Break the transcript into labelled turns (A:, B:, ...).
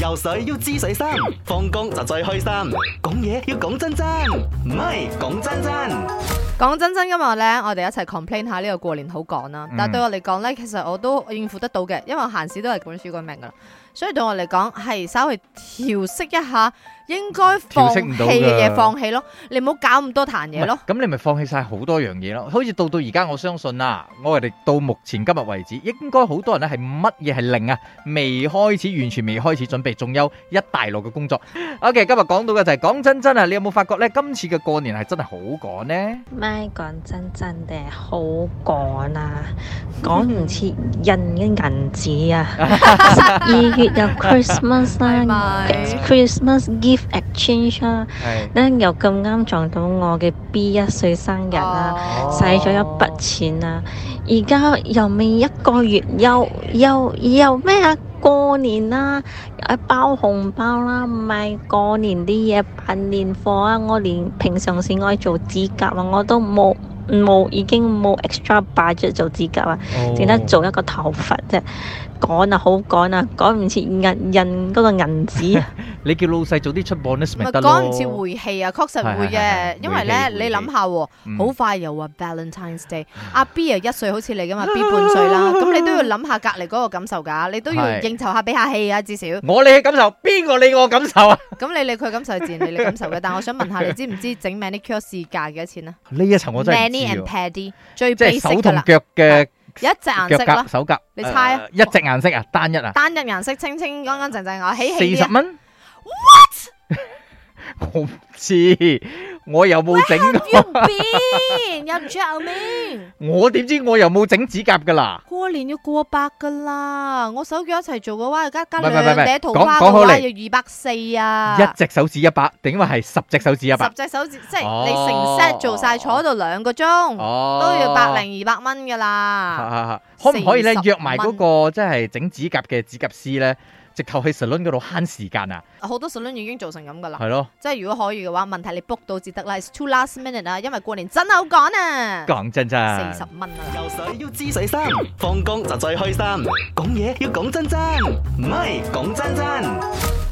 A: 游水要知水深，放工就最開心。講嘢要講真真，唔係講真真。
B: 講真真，今日咧，我哋一齊 complain 下呢個過年好趕啦。
C: 嗯
B: 但係對我嚟講咧，其實我都應付得到嘅，因為我閒時都係本書改名噶啦。所以對我嚟講，係稍微調適一下應該放
C: 調適
B: 棄
C: 唔到㗎
B: 嘅嘢，放棄咯。你唔好搞咁多壇嘢咯。
C: 咁你咪放棄晒好多樣嘢咯。好似到到而家，我相信啦，我哋到目前今日為止，應該好多人咧係乜嘢係零啊，未開始，完全未開始準備，仲有一大路嘅工作。OK，今日 講到嘅就係、講真真啊，你有冇發覺呢？今次嘅過年係真係好趕呢？
D: 咪講真真嘅，好趕啊！趕唔切印嘅銀紙啊！十二月有 Christmas
B: 係
D: 啦
B: 咪
D: ，Christmas gift exchange 啦，
C: 係
D: 咧又咁啱撞到我嘅 B 一歲生日啦，
B: 哦
D: 使咗一筆錢啦，而家又未一個月，又又又咩啊？過年啦，又包紅包啦，唔係過年啲嘢辦年貨啊！我連平常時我係做指甲啊，我都冇冇已經冇 extra budget 做指甲啊，
C: 哦
D: 淨得做一個頭髮啫。趕啊，好趕啊，趕唔切印印嗰個銀紙啊！
C: 你叫老細早啲出 bonus
B: 咪
C: 咪得咯。
B: 講唔切回氣啊，確實會
C: 係係
B: 嘅
C: 係，
B: 因為咧
C: 回氣回
B: 你
C: 氣
B: 諗下喎，
C: 嗯
B: 好快又話 Valentine's Day，阿 B 啊一歲好似你咁嘛，B 半歲 啦，咁你都要諗下隔離嗰個感受㗎，你都要
C: 係
B: 應酬下俾下氣啊，至少。
C: 我理你感受，邊個理我感受啊？
B: 咁你理佢感受自然你理感受嘅，但我想 問下你知唔知整 manicure 市價幾多錢啊
C: 呢一層我真係唔知
B: Mani and
C: 喎
B: Pedi 最
C: 即係
B: basic
C: 手
B: 噶
C: 同
B: 啦，
C: 腳嘅
B: 一隻顏
C: 腳
B: 色
C: 甲
B: 啦，
C: 手甲。
B: 你猜啊
C: 誒一隻顏色啊，單一啊，
B: 單一顏色清清乾乾淨淨，我喜
C: 四
B: 氣
C: 十
B: 啲啊。
C: 蚊。What？我唔知，我又冇 整過，
B: 要變又唔出後面，
C: 我點知我又冇整指甲噶啦？
B: 過年要過百噶啦，我手腳一齊做嘅話，加加
C: 唔係唔
B: 兩
C: 係唔係
B: 嗲桃花
C: 講講
B: 嘅
C: 好
B: 話
C: 嚟
B: 要二百四啊。
C: 一隻手指一百，定話係十隻手指一百
B: 十？隻手指，即係
C: 哦
B: 你成 set 做晒坐喺度兩個鐘，
C: 哦，
B: 都要百。零二百蚊噶啦。
C: 可唔可以咧
B: 40
C: 約埋嗰個即係整指甲嘅指甲師咧，直頭去 salon 嗰度慳時間啊？
B: 好多 salon 已經做成咁噶啦。
C: 係咯，
B: 即係如果可以嘅話，問題你 book 到至得啦。It's too last minute 啊，因為過年真係好趕啊，
C: 講真真，
B: 四十蚊啊。
A: 游水要知水深，放工就最開心。講嘢要講真真，唔係講真真。